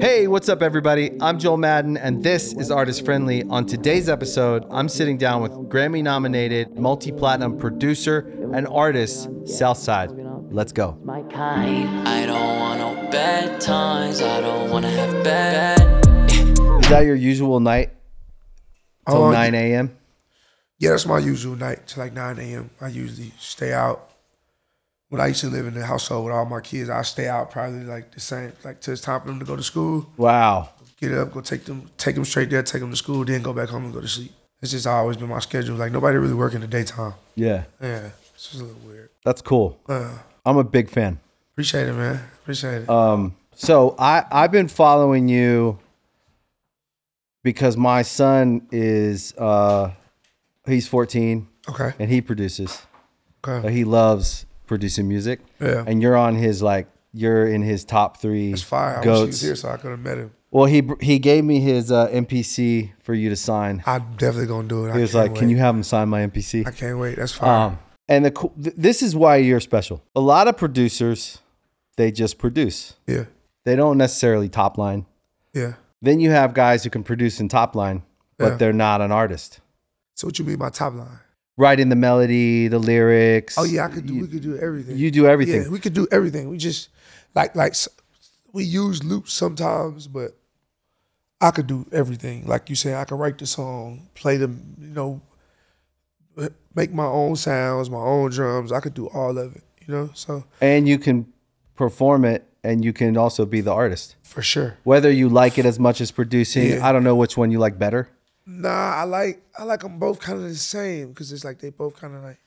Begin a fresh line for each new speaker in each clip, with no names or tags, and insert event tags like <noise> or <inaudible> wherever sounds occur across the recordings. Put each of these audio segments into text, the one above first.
Hey, what's up, everybody? I'm Joel Madden, and this is Artist Friendly. On today's episode, I'm sitting down with Grammy nominated, multi platinum producer, and artist, Southside. Let's go.
my kind.
I don't want no bad times. I don't wanna have bad.
Is that your usual night till
Uh,
9 a.m.?
Yeah, that's my usual night to like 9 a.m. I usually stay out. When I used to live in the household with all my kids, I stay out probably like the same, like till it's time for them to go to school.
Wow.
Get up, go take them, take them straight there, take them to school, then go back home and go to sleep. It's just always been my schedule. Like nobody really work in the daytime.
Yeah,
Yeah, it's just a little weird.
that's cool.
Uh,
I'm a big fan.
appreciate it, man. Appreciate
Uh,
it.
So I I've been following you because my son is uh he's 14
okay,
and he produces. Uh,
okay.
He loves producing music.
Yeah.
And you're on his like you're in his top 3
It's fire. I wish he was
goats.
here so I could have met him.
Well, he br- he gave me his uh, MPC for you to sign.
I'm definitely gonna do it.
He
I
was
can't
like, "Can
wait.
you have him sign my MPC?"
I can't wait. That's fire.
Um, and the co- th- this is why you're special. A lot of producers, they just produce.
yeah,
They don't necessarily top line.
yeah.
Then you have guys who can produce in top line, but
Yeah.
they're not an artist.
So what you mean by top line?
Writing the melody, the lyrics.
Oh yeah, I could do. we could do everything.
you do everything.
Yeah, we could do everything. We just like like s- we use loops sometimes, but I could do everything. Like you said, I could write the song, play the you know, make my own sounds, my own drums. I could do all of it. You know, so
and you can perform it, and you can also be the artist.
for sure.
Whether you like it as much as producing,
Yeah.
I don't know which one you like better.
Nah, I like I like them both kind of the same because it's like they both kind of like,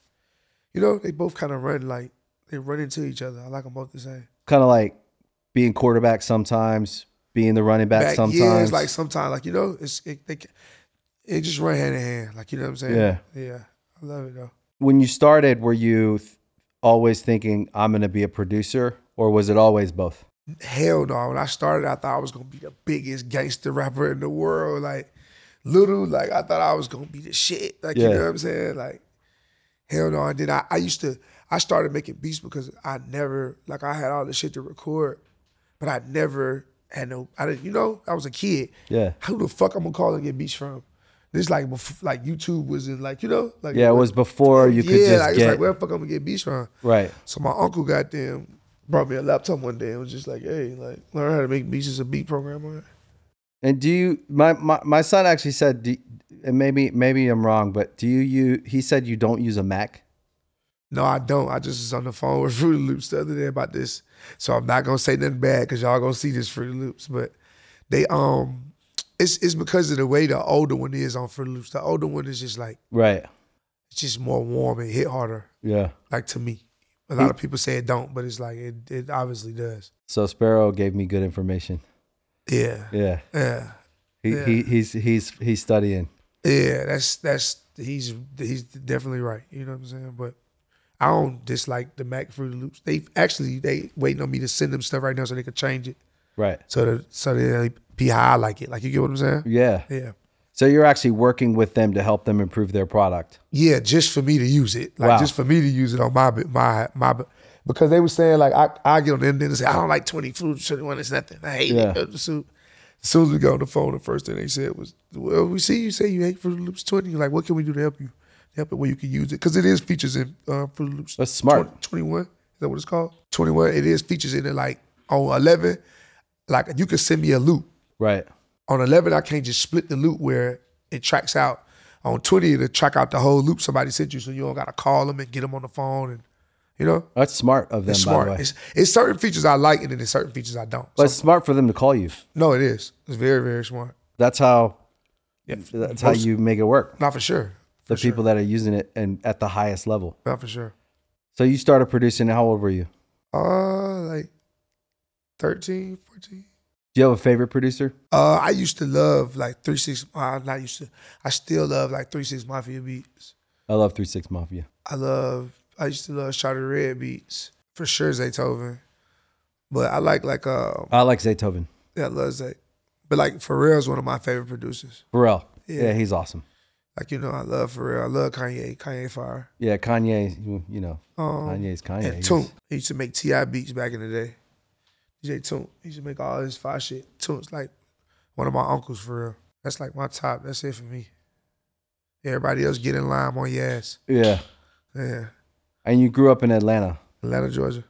you know, they both kind of run like they run into each other. I like them both the same.
Kind of like being quarterback sometimes, being the running back,
back
sometimes.
years, like sometimes, like you know, it's it, they, ca- it just run hand in hand, like you know what I'm saying?
Yeah.
yeah, I love it though.
when you started, were you th- always thinking I'm going to be a producer, or was it always both?
Hell no, when I started, I thought I was gonna be the biggest gangster rapper in the world, like little, like I thought I was gonna be the shit, like
Yeah.
you know what I'm saying? Like hell no, and then I, I used to, I started making beats because I never, like I had all the shit to record, but I never had no, I didn't, you know, I was a kid.
Yeah,
Who the fuck I'm gonna call and get beats from? This like bef- like YouTube was in like you know like
yeah. It was before you could
yeah,
just
like,
get
it's like where the fuck I'm gonna get beats from?
right.
So my uncle got them, brought me a laptop one day and was just like, hey, like learn how to make beats as a beat programmer.
And do you? My my, my son actually said, do, and maybe maybe I'm wrong, but do you? You he said you don't use a Mac.
No, I don't. I just was on the phone with <laughs> Fruity Loops the other day about this. So I'm not gonna say nothing bad because y'all gonna see this Fruity Loops. But they um it's it's because of the way the older one is on Fruity Loops. The older one is just like
Right.
it's just more warm and hit harder,
Yeah.
like to me. A lot of people say it don't, but it's like it, it obviously does.
So Sparrow gave me good information.
Yeah.
Yeah.
Yeah.
He,
Yeah.
he he's he's he's studying.
Yeah, that's that's he's he's definitely right. You know what I'm saying? But I don't dislike the Mac Fruity Loops. They actually they waiting on me to send them stuff right now so they can change it
Right.
so that so they be how I like it. Like you get what I'm saying?
Yeah.
Yeah,
So you're actually working with them to help them improve their product.
yeah. Just for me to use it, like
Wow.
just for me to use it on my my my because they were saying like I I get on the internet and say I don't like 20 Fruity Loops, one is nothing. I hate
Yeah.
it. So, as soon as we got on the phone, the first thing they said was, "Well, we see you say you hate Fruity Loops 20. Like, what can we do to help you? Help it where you can use it because it is features in uh, Fruity Loops.
That's smart.
21. Is that what it's called? 21. It is features in it. Like on 11, like you can send me a loop.
Right.
On 11, I can't just split the loop where it tracks out. On 20, it'll track out the whole loop somebody sent you, so you don't gotta call them and get them on the phone and you know.
That's smart of them.
It's
By the way.
smart. It's, it's certain features I like, and then it's certain features I don't.
But it's smart for them to call you.
no, it is. It's very, very smart.
That's how. That's how
Most-
you make it work.
Not for sure.
The people that are using it and at the highest level.
Not for sure.
So you started producing. How old were you?
Uh, like 13, 14.
Do you have a favorite producer?
Uh, I used to love like 3 6. I not used to. I still love like 3 6 Mafia beats.
I love Three Six Mafia.
I love, I used to love Shot Red beats. For sure, Zaytoven. But I like, like, uh,
I like Zaytoven.
yeah, I love Zay. But like, Pharrell's one of my favorite producers.
Pharrell. Yeah.
Yeah.
he's awesome.
Like, you know, I love Pharrell. I love Kanye. Kanye Fire.
Yeah, Kanye. You, you know,
Um,
Kanye's Kanye.
and
He's-
Toon. He used to make T.I. beats back in the day. DJ Tune. He used to make all his fire shit. Tune's like one of my uncles for real. That's like my top. That's it for me. Everybody else get in line on your ass.
Yeah.
Yeah.
And you grew up in Atlanta,
Atlanta, Georgia.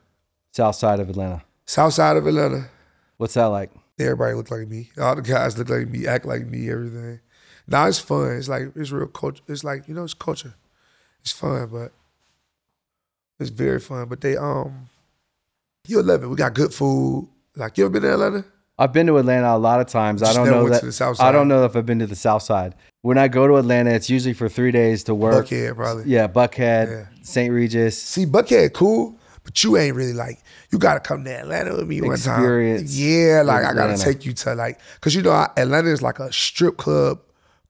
south side of Atlanta.
South side of Atlanta.
What's that like?
Everybody look like me. All the guys look like me, act like me, everything. Now it's fun. It's like it's real culture. It's like you know, it's culture. It's fun, but it's very fun. But they um, you'll love it. We got good food. Like you ever been to Atlanta?
I've been to Atlanta a lot of times. I
Just
don't
never
know
went
that.
to the South
I
Side.
don't know if I've been to the South Side. When I go to Atlanta, it's usually for three days to work.
Buckhead, probably.
Yeah, Buckhead,
Yeah.
St. Regis.
See, Buckhead cool, but you ain't really like you gotta come to Atlanta with me one time.
Experience
Yeah, like I gotta
Atlanta.
take you to like cause you know I- Atlanta is like a strip club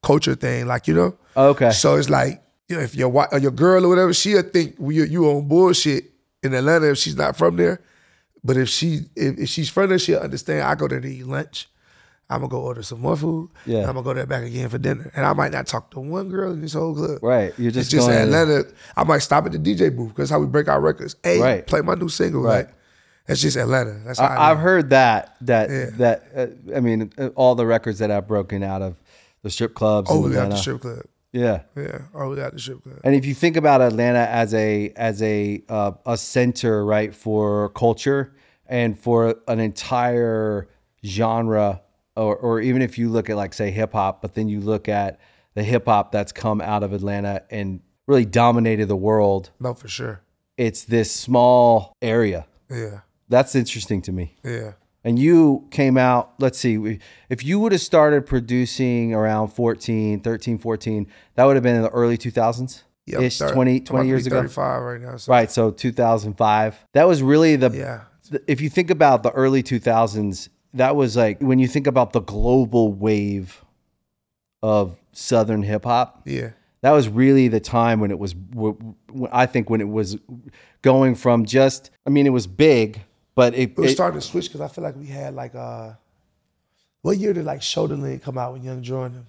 culture thing, like you know?
Okay.
So it's like, you know, if your wife or your girl or whatever, she'll think you you on bullshit in Atlanta if she's not from there. But if she if, if she's from there, she'll understand I go there to eat lunch. I'm gonna go order some more food.
Yeah.
I'm gonna go there back again for dinner. And I might not talk to one girl in this whole club.
Right. You're
It's
just,
just
going.
Atlanta. I might stop at the DJ booth because how we break our records. Hey,
Right.
play my new single.
Right.
Like, that's just Atlanta. That's how
I,
I,
I've heard that. That.
Yeah.
That. Uh, I mean, uh, all the records that I've broken out of the strip clubs. in
overly out
Atlanta.
Oh, the strip club.
Yeah.
Yeah, overly out the strip club.
And if you think about Atlanta as a as a uh, a center, right, for culture and for an entire genre, or or even if you look at like say hip hop, but then you look at the hip hop that's come out of Atlanta and really dominated the world,
No, for sure.
it's this small area.
Yeah,
That's interesting to me.
yeah.
And you came out, let's see, we- if you would have started producing around 14, 13, 14, that would have been in the early 2000s?
Yeah, I'm
ish,
thirty-
20,
I'm about
20
to
years
be
ago.
35 right now. So,
Right, so 2005. That was really the
Yeah,
th- if you think about the early 2000s, that was like when you think about the global wave of southern hip hop.
yeah,
That was really the time when it was w- w- I think when it was going from just I mean it was big, but it,
we were
it-
starting to switch because I feel like we had like uh, what year did like Shoulderland come out with Young Jordan?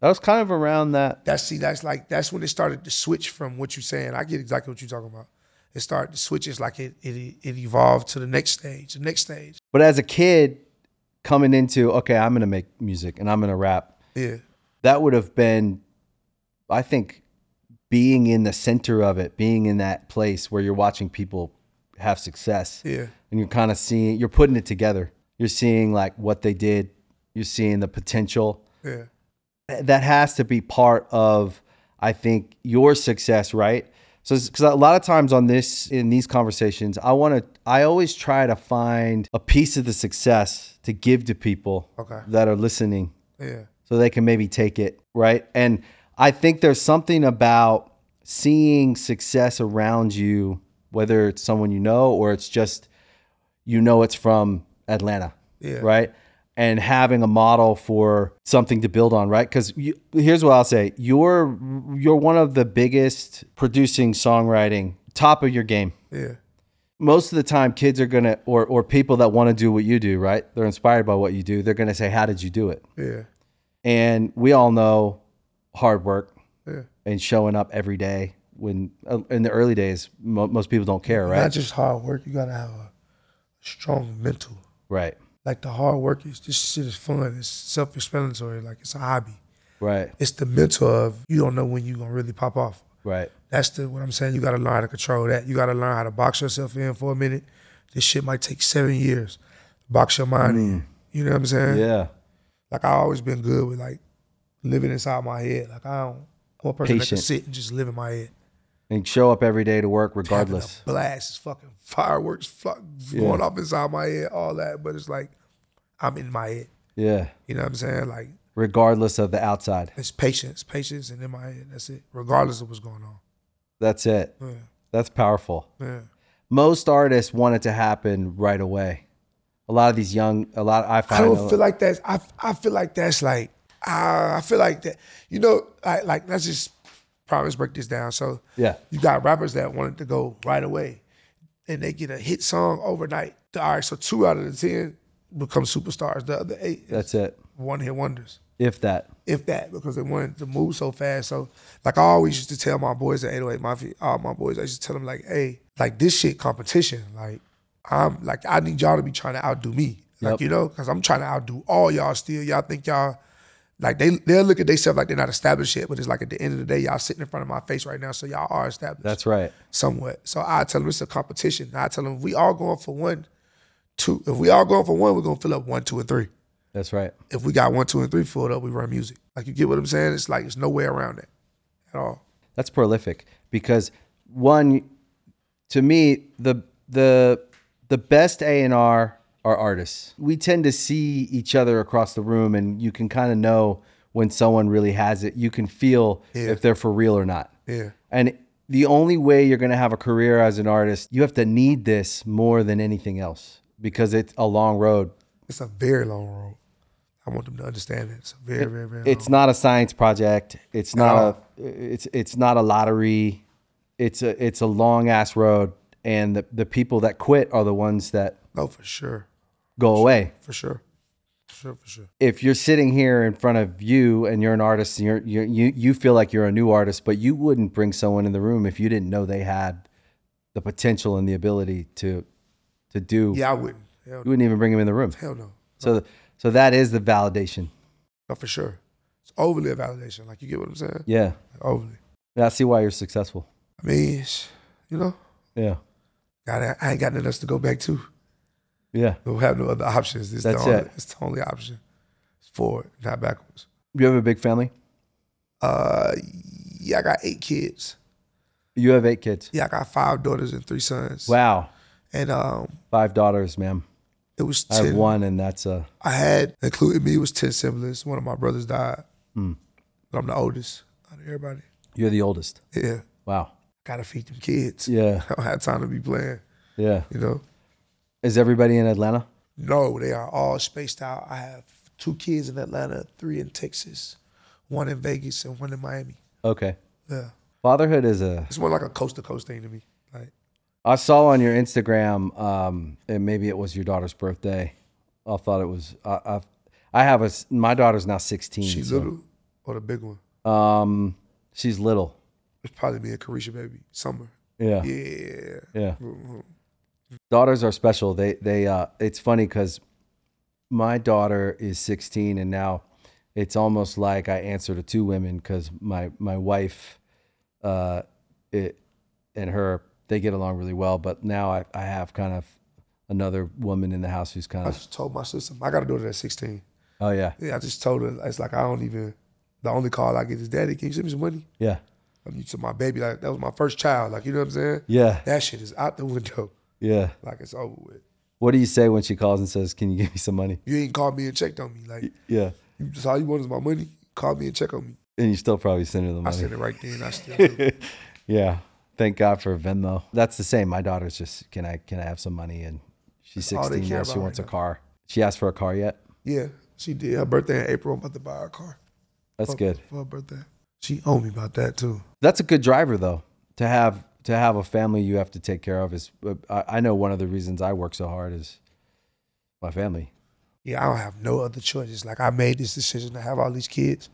that was kind of around that
That's see, that's like that's when it started to switch from what you're saying. I get exactly what you're talking about. It started to switch. It's like it it, it evolved to the next stage. The next stage.
But as a kid coming into okay, I'm going to make music and I'm going to rap.
Yeah.
that would have been i think being in the center of it being in that place where you're watching people have success
Yeah.
and you're kind of seeing you're putting it together you're seeing like what they did you're seeing the potential
Yeah.
that has to be part of i think your success right so because a lot of times on this in these conversations i want to i always try to find a piece of the success to give to people
Okay.
that are listening
Yeah.
so they can maybe take it right and i think there's something about seeing success around you whether it's someone you know or it's just you know it's from atlanta
Yeah.
right and having a model for something to build on right because here's what i'll say you're you're one of the biggest producing songwriting top of your game
Yeah.
most of the time kids are gonna or or people that want to do what you do right they're inspired by what you do they're gonna say how did you do it
Yeah.
and we all know hard work
Yeah.
and showing up every day when uh, in the early days mo- most people don't care right
Not just hard work. You gotta have a strong mental.
right
Like the hard work is this shit is fun. It's self explanatory. Like it's a hobby.
right
It's the mental of you don't know when you gonna really pop off.
right
That's the what I'm saying. You gotta learn how to control that. You gotta learn how to box yourself in for a minute. This shit might take seven years. Box your mind in. You know what I'm saying?
Mm. yeah
Like I always been good with like living inside my head. Like I don't I'm a person that can
Patient.
sit and just live in my head.
and show up every day to work
having
regardless
a blast. It's fucking fireworks fuck, going off inside my head, all that. But it's like I'm in my head.
yeah
You know what I'm saying? Like
regardless of the outside
it's patience, patience, and in my head. That's it. Regardless of what's going on.
that's it
Yeah,
that's powerful
yeah,
most artists want it to happen right away a lot of these young a lot i
I
find
don't feel like that's. I I feel like that's like. Uh, I feel like that. You know, like like let's just probably let's break this down. So
yeah
you got rappers that wanted to go right away, and they get a hit song overnight. All right, so two out of the ten become superstars. The other eight is
that's it
one hit wonders.
if that
if that, because they wanted to move so fast. So, like I always used to oh tell my boys at 808 Mafia, all my boys, I used to tell them like, hey, like this shit competition. Like I'm like I need y'all to be trying to outdo me. Like
Yep.
you know, because I'm trying to outdo all y'all. Still, y'all think y'all like they they'll look at themselves like they're not established yet, but it's like at the end of the day, y'all sitting in front of my face right now, so y'all are established
That's right.
somewhat. So I tell them it's a competition. I tell them if we all going for one, two. If we all going for one, we're gonna fill up one, two, and three.
That's right.
If we got one, two, and three filled up, we run music. Like you get what I'm saying? It's like it's no way around that at all.
That's prolific because one, to me, the the the best A and R are artists. We tend to see each other across the room, and you can kind of know when someone really has it. You can feel if they're for real or not.
Yeah.
And the only way you're going to have a career as an artist, you have to need this more than anything else because it's a long road.
It's a very long road. I want them to understand that. It's a very, very, very
It's not a science project. It's not
Oh.
a it's it's not a lottery. It's a it's a long ass road and the, the people that quit are the ones that
long. No, for sure.
go away.
For sure. For sure, for sure.
If you're sitting here in front of you and you're an artist and you're, you're you you feel like you're a new artist, but you wouldn't bring someone in the room if you didn't know they had the potential and the ability to to do
Yeah, I wouldn't. Hell,
You wouldn't even bring him in the room.
hell no.
So, so that is the validation.
No, for sure. It's overly a validation. Like you get what I'm saying?
Yeah.
Like, overly.
I see why you're successful.
I mean, it's- you know,
Yeah.
God, I ain't got nothing else to go back to.
Yeah.
We have no other options. This is
That's
the only,
it.
It's the only option. It's forward, not backwards.
You have a big family.
Uh, yeah, I got eight kids.
You have eight kids.
Yeah, I got five daughters and three sons.
Wow.
And um,
Five daughters, ma'am.
it was
I have
ten.
one, and that's uh, a
I had including me was ten siblings. One of my brothers died,
Hmm.
but I'm the oldest out of everybody.
you're the oldest.
Yeah,
Wow.
gotta feed them kids.
Yeah.
<laughs> I don't have time to be playing.
Yeah.
You know,
Is everybody in Atlanta?
no, they are all spaced out. I have two kids in Atlanta, three in Texas, one in Vegas, and one in Miami.
Okay.
Yeah.
Fatherhood is a.
It's more like a coast to coast thing to me. Like,
I saw on your Instagram, um, and maybe it was your daughter's birthday. I thought it was. I, I, I have a. s- My daughter's now 16.
she
Mm, so-
little or the big one.
Um, she's little.
It's probably me and Carisha, baby. Summer.
Yeah.
Yeah.
Yeah. Daughters are special. They they uh it's funny cuz my daughter is 16 and now it's almost like I answer to two women cuz my my wife uh it and her they get along really well, but now I I have kind of another woman in the house who's kind
I
of
just told my sister, I got a daughter that's 16.
<laughs> Oh yeah.
Yeah, I just told her, it's like, I don't even, the only call I get is, Daddy, can you send me some money?
Yeah.
I'm used to my baby. Like, that was my first child. Like, you know what I'm saying?
Yeah.
That shit is out the window.
Yeah.
Like, it's over with.
What do you say when she calls and says, "Can you give me some money?"
You ain't called me and checked on me. Like,
Yeah.
you just all you want is my money. Call me and check on me.
And you still probably send her the
I
money.
said it right then. I still
<laughs>
do.
Yeah. Thank God for Venmo. That's the same. My daughter's just can I can I have some money and she's
all Oh, they
16 now.
care
She
about
wants
right
a
now.
car. She asked for a car yet?
Yeah, she did. Her birthday in April. I'm about to buy her a car.
That's
for-
good.
For her birthday. She owed me about that too.
That's a good driver though. To have to have a family you have to take care of is I, I know one of the reasons I work so hard is my family.
Yeah, I don't have no other choice. It's like I made this decision to have all these kids.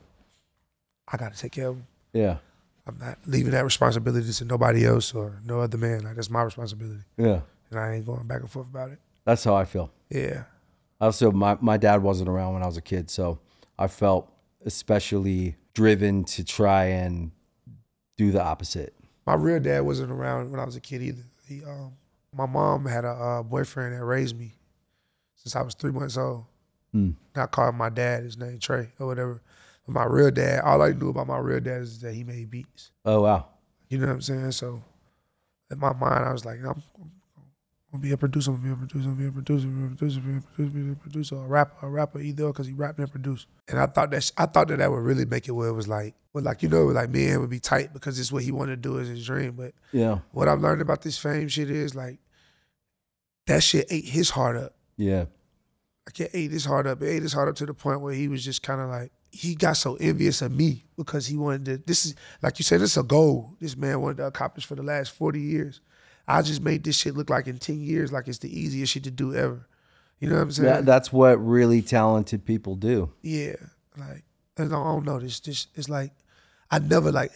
I got to take care of them.
Yeah.
I'm not leaving that responsibility to nobody else or no other man. Like that's my responsibility,
Yeah.
and I ain't going back and forth about it.
That's how I feel.
Yeah,
Also my my dad wasn't around when I was a kid, so I felt especially driven to try and do the opposite.
my real dad wasn't around when I was a kid either. He, um, my mom had a uh, boyfriend that raised me since I was three months old.
Hmm.
And I called my dad his name Trey or whatever. But my real dad, all I knew about my real dad is that he made beats.
Oh wow.
You know what I'm saying? So in my mind, I was like, I'm, I'm gonna be a producer, I'm gonna be a producer, I'm gonna be a producer, I'm gonna be a producer, I'm gonna be a producer, be a producer, a rapper, a rapper either, because he rapped and produced. And I thought that sh- I thought that that would really make it where it was like, well, like you know, like me and him would be tight because it's what he wanted to do as his dream. But
Yeah.
what I've learned about this fame shit is like that shit ate his heart up.
Yeah.
Like it ate his heart up. It ate his heart up to the point where he was just kind of like he got so envious of me because he wanted to. This is like you said, this is a goal. This man wanted to accomplish for the last forty years. I just made this shit look like in ten years, like it's the easiest shit to do ever. You know what I'm saying?
That, that's what really talented people do.
Yeah, like I don't, I don't know. This this it's like I never like.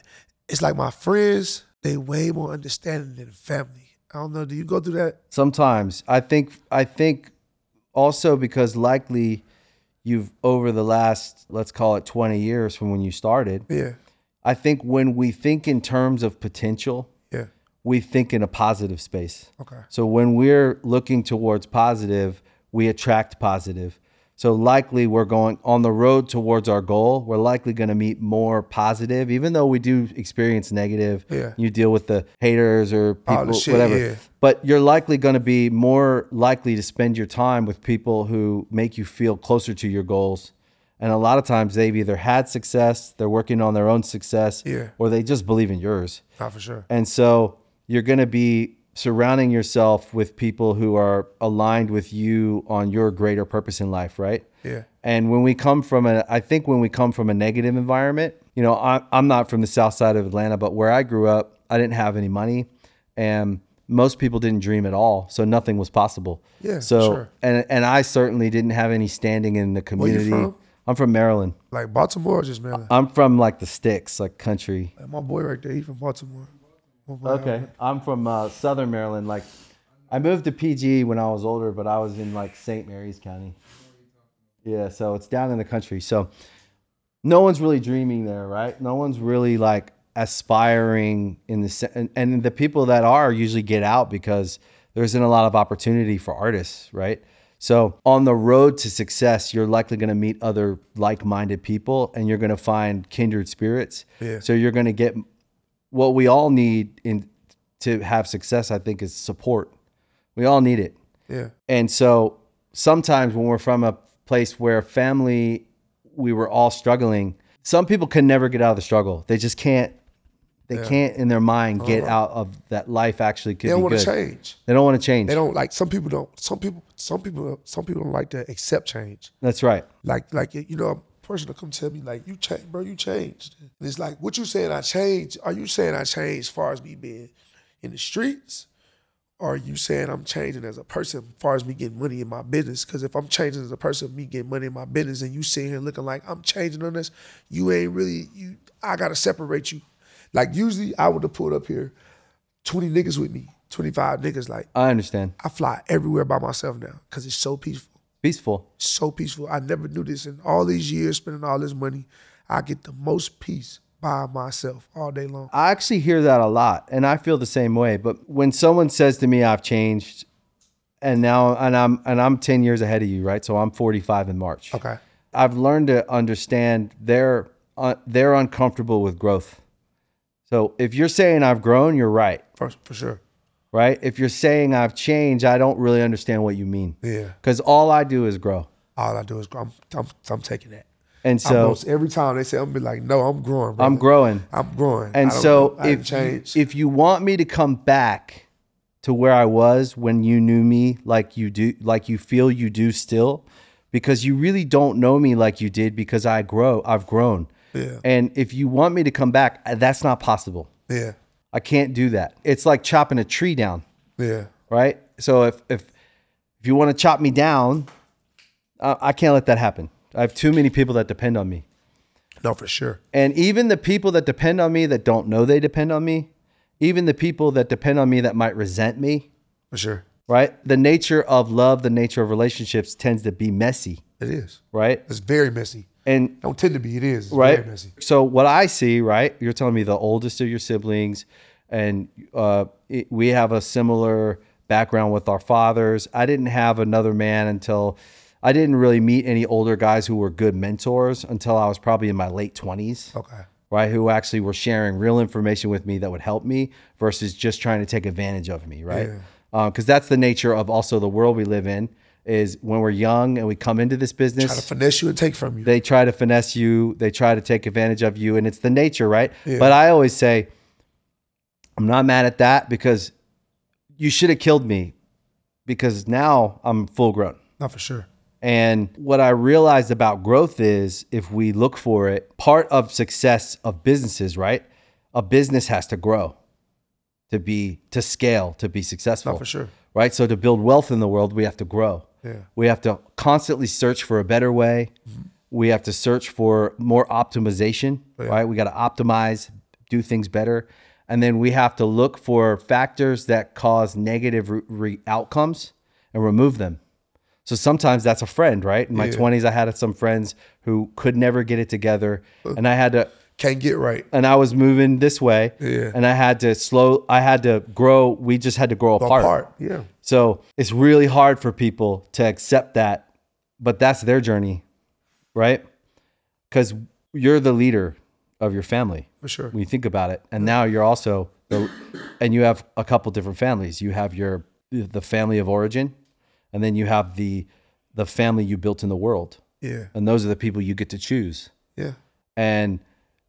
It's like my friends. They way more understanding than family. I don't know. Do you go through that?
Sometimes I think I think also because likely you've over the last let's call it 20 years from when you started,
Yeah,
I think when we think in terms of potential,
yeah.
we think in a positive space.
Okay.
So when we're looking towards positive, we attract positive. So likely we're going on the road towards our goal. We're likely going to meet more positive, even though we do experience negative.
Yeah.
You deal with the haters or
All the
people,
shit,
whatever.
yeah.
But you're likely going to be more likely to spend your time with people who make you feel closer to your goals. And a lot of times they've either had success, they're working on their own success,
Yeah.
or they just believe in yours.
Not for sure.
And so you're going to be surrounding yourself with people who are aligned with you on your greater purpose in life, right?
Yeah.
And when we come from a, I think when we come from a negative environment, you know, I, I'm not from the south side of Atlanta, but where I grew up, I didn't have any money and most people didn't dream at all. So nothing was possible.
Yeah,
So,
sure.
and, and I certainly didn't have any standing in the
you
community.
from?
I'm from Maryland.
Like Baltimore or just Maryland?
I'm from like the sticks, like country.
Like, my boy right there, he from Baltimore. My boy out
Okay,
there.
I'm from uh, Southern Maryland. Like, I moved to PG when I was older, but I was in like St. Mary's County. Yeah, so it's down in the country. So no one's really dreaming there, right? No one's really like aspiring in the se- and, and the people that are usually get out because there isn't a lot of opportunity for artists, right? So on the road to success, you're likely going to meet other like-minded people, and you're going to find kindred spirits.
Yeah.
So you're going to get what we all need in to have success. I think is support. We all need it.
Yeah.
And so sometimes when we're from a place where family, we were all struggling, some people can never get out of the struggle. They just can't, they can't in their mind get out of that life actually could
Uh-huh. They don't
be
want
good.
to change.
They don't want to change.
They don't like some people don't. Some people some people some people don't like to accept change.
That's right.
Like like you know, a person will come tell me like you changed, bro, you changed. And it's like what you saying I changed. Are you saying I changed as far as me being in the streets? Or are you saying I'm changing as a person as far as me getting money in my business? Because if I'm changing as a person, me getting money in my business, and you sitting here looking like I'm changing on this, you ain't really you. I gotta separate you. Like usually, I would have pulled up here, twenty niggas with me, twenty five niggas. Like
I understand.
I fly everywhere by myself now because it's so peaceful.
Peaceful.
So peaceful. I never knew this in all these years spending all this money. I get the most peace by myself all day long.
I actually hear that a lot, and I feel the same way. But when someone says to me, "I've changed," and now and I'm and I'm ten years ahead of you, right? So I'm 45 in March.
Okay.
I've learned to understand they're uh, they're uncomfortable with growth. So if you're saying I've grown, you're right,
For, for sure.
right? If you're saying I've changed, I don't really understand what you mean.
Yeah.
Because all I do is grow,
All I do is grow. I'm, I'm, I'm taking that.
and
I
so
Almost every time they say, I'm be like, no, I'm growing, bro.
I'm growing.
I'm growing.
And
I don't
so
know. I didn't
if you,
change.
if you want me to come back to where I was when you knew me like you do like you feel you do still because you really don't know me like you did because I grow I've grown.
Yeah.
And if you want me to come back uh, that's not possible.
yeah.
I can't do that. It's like chopping a tree down,
Yeah.
right? So if if if you want to chop me down, uh, I can't let that happen. I have too many people that depend on me.
No, for sure.
And even the people that depend on me that don't know they depend on me, even the people that depend on me that might resent me,
For sure.
right? The nature of love, the nature of relationships tends to be messy,
It is.
right?
It's very messy.
And
Don't tend to be. It is. It's
right.
Very messy.
So what I see, right? You're telling me the oldest of your siblings, and uh, it, we have a similar background with our fathers. I didn't have another man until I didn't really meet any older guys who were good mentors until I was probably in my late twenties
Okay.
right? Who actually were sharing real information with me that would help me versus just trying to take advantage of me, right? Because that's the nature of also the world we live in is when we're young and we come into this business,
Try to finesse you and take from you.
they try to finesse you, they try to take advantage of you, and it's the nature, right? But I always say, I'm not mad at that because you should have killed me because now I'm full grown.
Not for sure.
And what I realized about growth is if we look for it, part of success of businesses, right? A business has to grow to be to scale to be successful.
Not for sure.
Right? So to build wealth in the world, we have to grow.
Yeah.
We have to constantly search for a better way. We have to search for more optimization, right? We got to optimize, do things better. and then we have to look for factors that cause negative re- re- outcomes and remove them. So sometimes that's a friend, right? In my twenties, I had some friends who could never get it together, and I had to
Can't get right.
and I was moving this way,
Yeah.
and I had to slow. I had to grow. We just had to grow apart.
Apart. Yeah.
So it's really hard for people to accept that, but that's their journey, right? Because you're the leader of your family
For sure.
when you think about it, and now you're also, the, and you have a couple different families. You have your the family of origin, and then you have the the family you built in the world,
Yeah.
and those are the people you get to choose
Yeah.
and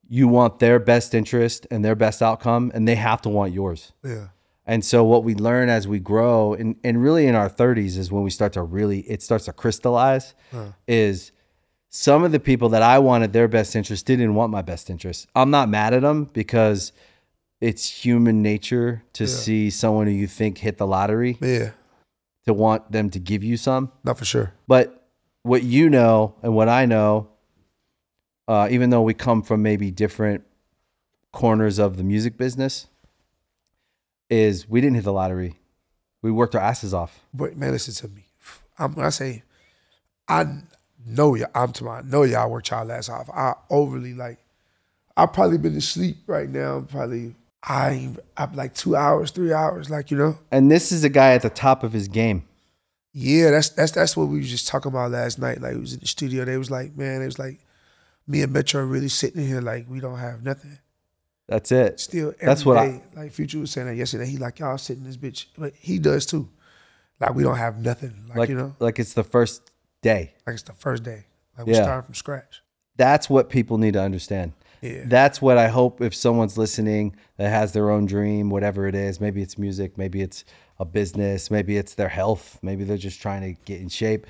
you want their best interest and their best outcome, and they have to want yours.
Yeah.
And so, what we learn as we grow, and, and really in our 30s, is when we start to really, it starts to crystallize, is some of the people that I wanted their best interest didn't want my best interest. I'm not mad at them because it's human nature to see someone who you think hit the lottery
Yeah.
to want them to give you some.
Not for sure.
But what you know and what I know, uh, even though we come from maybe different corners of the music business, is we didn't hit the lottery. We worked our asses off.
But man, listen to me. I'm when I say I know y'all. I'm to my know y'all worked y'all last off. I overly like. I probably been asleep right now. Probably I ain't- I'm like two hours, three hours. Like you know.
And this is a guy at the top of his game.
Yeah, that's that's that's what we was just talking about last night. Like we was in the studio. They was like, man, it was like me and Metro really sitting here like we don't have nothing.
That's it.
Still, every day.
That's what I-
like Future was saying that yesterday. He like y'all sitting this bitch, but he does too. Like we don't have nothing. Like,
Like
you know,
like it's the first day.
like it's the first day. Like we
Yeah.
starting from scratch.
That's what people need to understand.
Yeah.
That's what I hope if someone's listening that has their own dream, whatever it is, maybe it's music, maybe it's a business, maybe it's their health, maybe they're just trying to get in shape.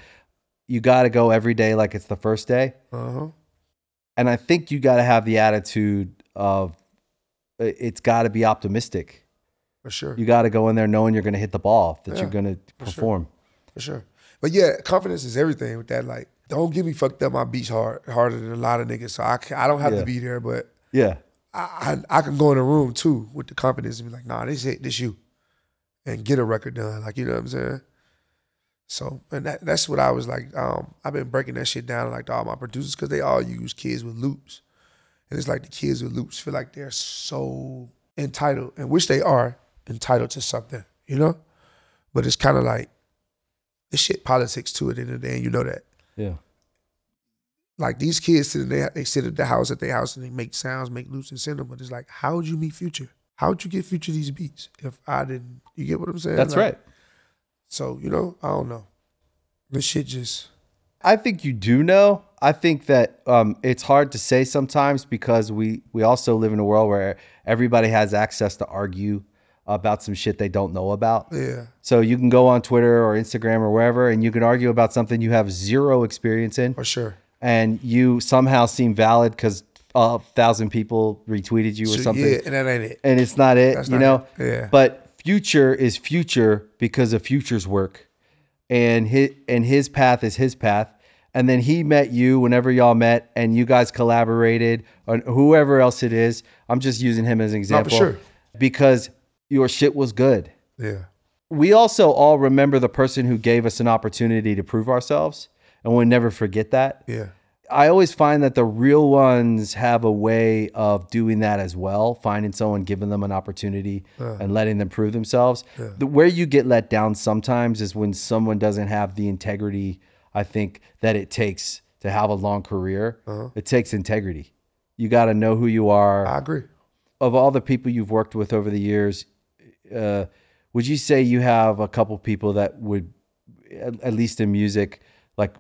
You got to go every day like it's the first day.
Uh huh.
And I think you got to have the attitude of uh, it's got to be optimistic.
For sure.
You got to go in there knowing you're going to hit the ball, that you're going to perform.
For sure. But yeah, confidence is everything with that. Like, don't get me fucked up. My beats hard harder than a lot of niggas. So I can, I don't have
Yeah.
to be there, but
Yeah.
I, I I can go in a room too with the confidence and be like, nah, this it, this you, and get a record done. Like you know what I'm saying. So and that that's what I was like. Um, I've been breaking that shit down like to all my producers because they all use kids with loops, and it's like the kids with loops feel like they're so entitled, and which they are entitled to something, you know. But it's kind of like this shit politics too. At the end of the day, and you know that
Yeah.
like these kids sit in their, they sit at the house at their house and they make sounds, make loops and send them. But it's like, how would you meet Future? How would you get Future these beats if I didn't? You get what I'm saying?
That's
Like,
right.
So you know, I don't know. This shit just
I think you do know. I think that um, it's hard to say sometimes because we we also live in a world where everybody has access to argue about some shit they don't know about.
yeah,
So you can go on Twitter or Instagram or wherever, and you can argue about something you have zero experience in,
for sure.
and you somehow seem valid because a thousand people retweeted you or
So,
something,
Yeah, and that ain't it.
and it's not it. you
not
know.
it. Yeah.
But future is future because of future's work, and his and his path is his path. And then he met you whenever y'all met, and you guys collaborated, or whoever else it is. I'm just using him as an
No, for
example
sure.
because your shit was good.
Yeah,
We also all remember the person who gave us an opportunity to prove ourselves, and we'll never forget that.
yeah,
I always find that the real ones have a way of doing that as well, finding someone, giving them an opportunity, and letting them prove themselves. The, where you get let down sometimes is when someone doesn't have the integrity, I think, that it takes to have a long career. It takes integrity. You got to know who you are.
I agree.
of all the people you've worked with over the years, uh, would you say you have a couple people that would, at, at least in music, like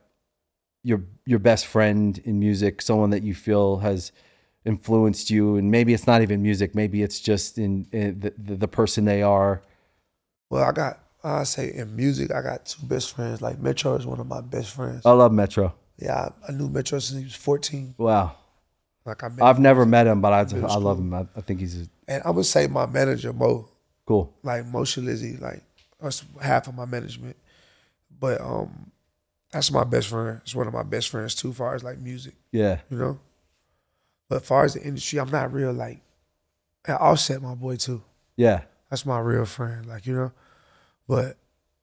your your best friend in music, someone that you feel has influenced you, and maybe it's not even music, maybe it's just in, in the, the the person they are.
Well, I got I say in music, I got two best friends. Like Metro is one of my best friends.
I love Metro.
yeah, I, I knew Metro since he was 14.
Wow,
Like I met,
I've never met him, but I I love him. I, I think he's
and I'm gonna say my manager Mo.
cool.
like Moshe Lizzie, like that's half of my management. But um, that's my best friend. It's one of my best friends too, far as like music,
Yeah,
you know. But as far as the industry, I'm not real like and Offset, my boy too.
Yeah.
That's my real friend, like you know. But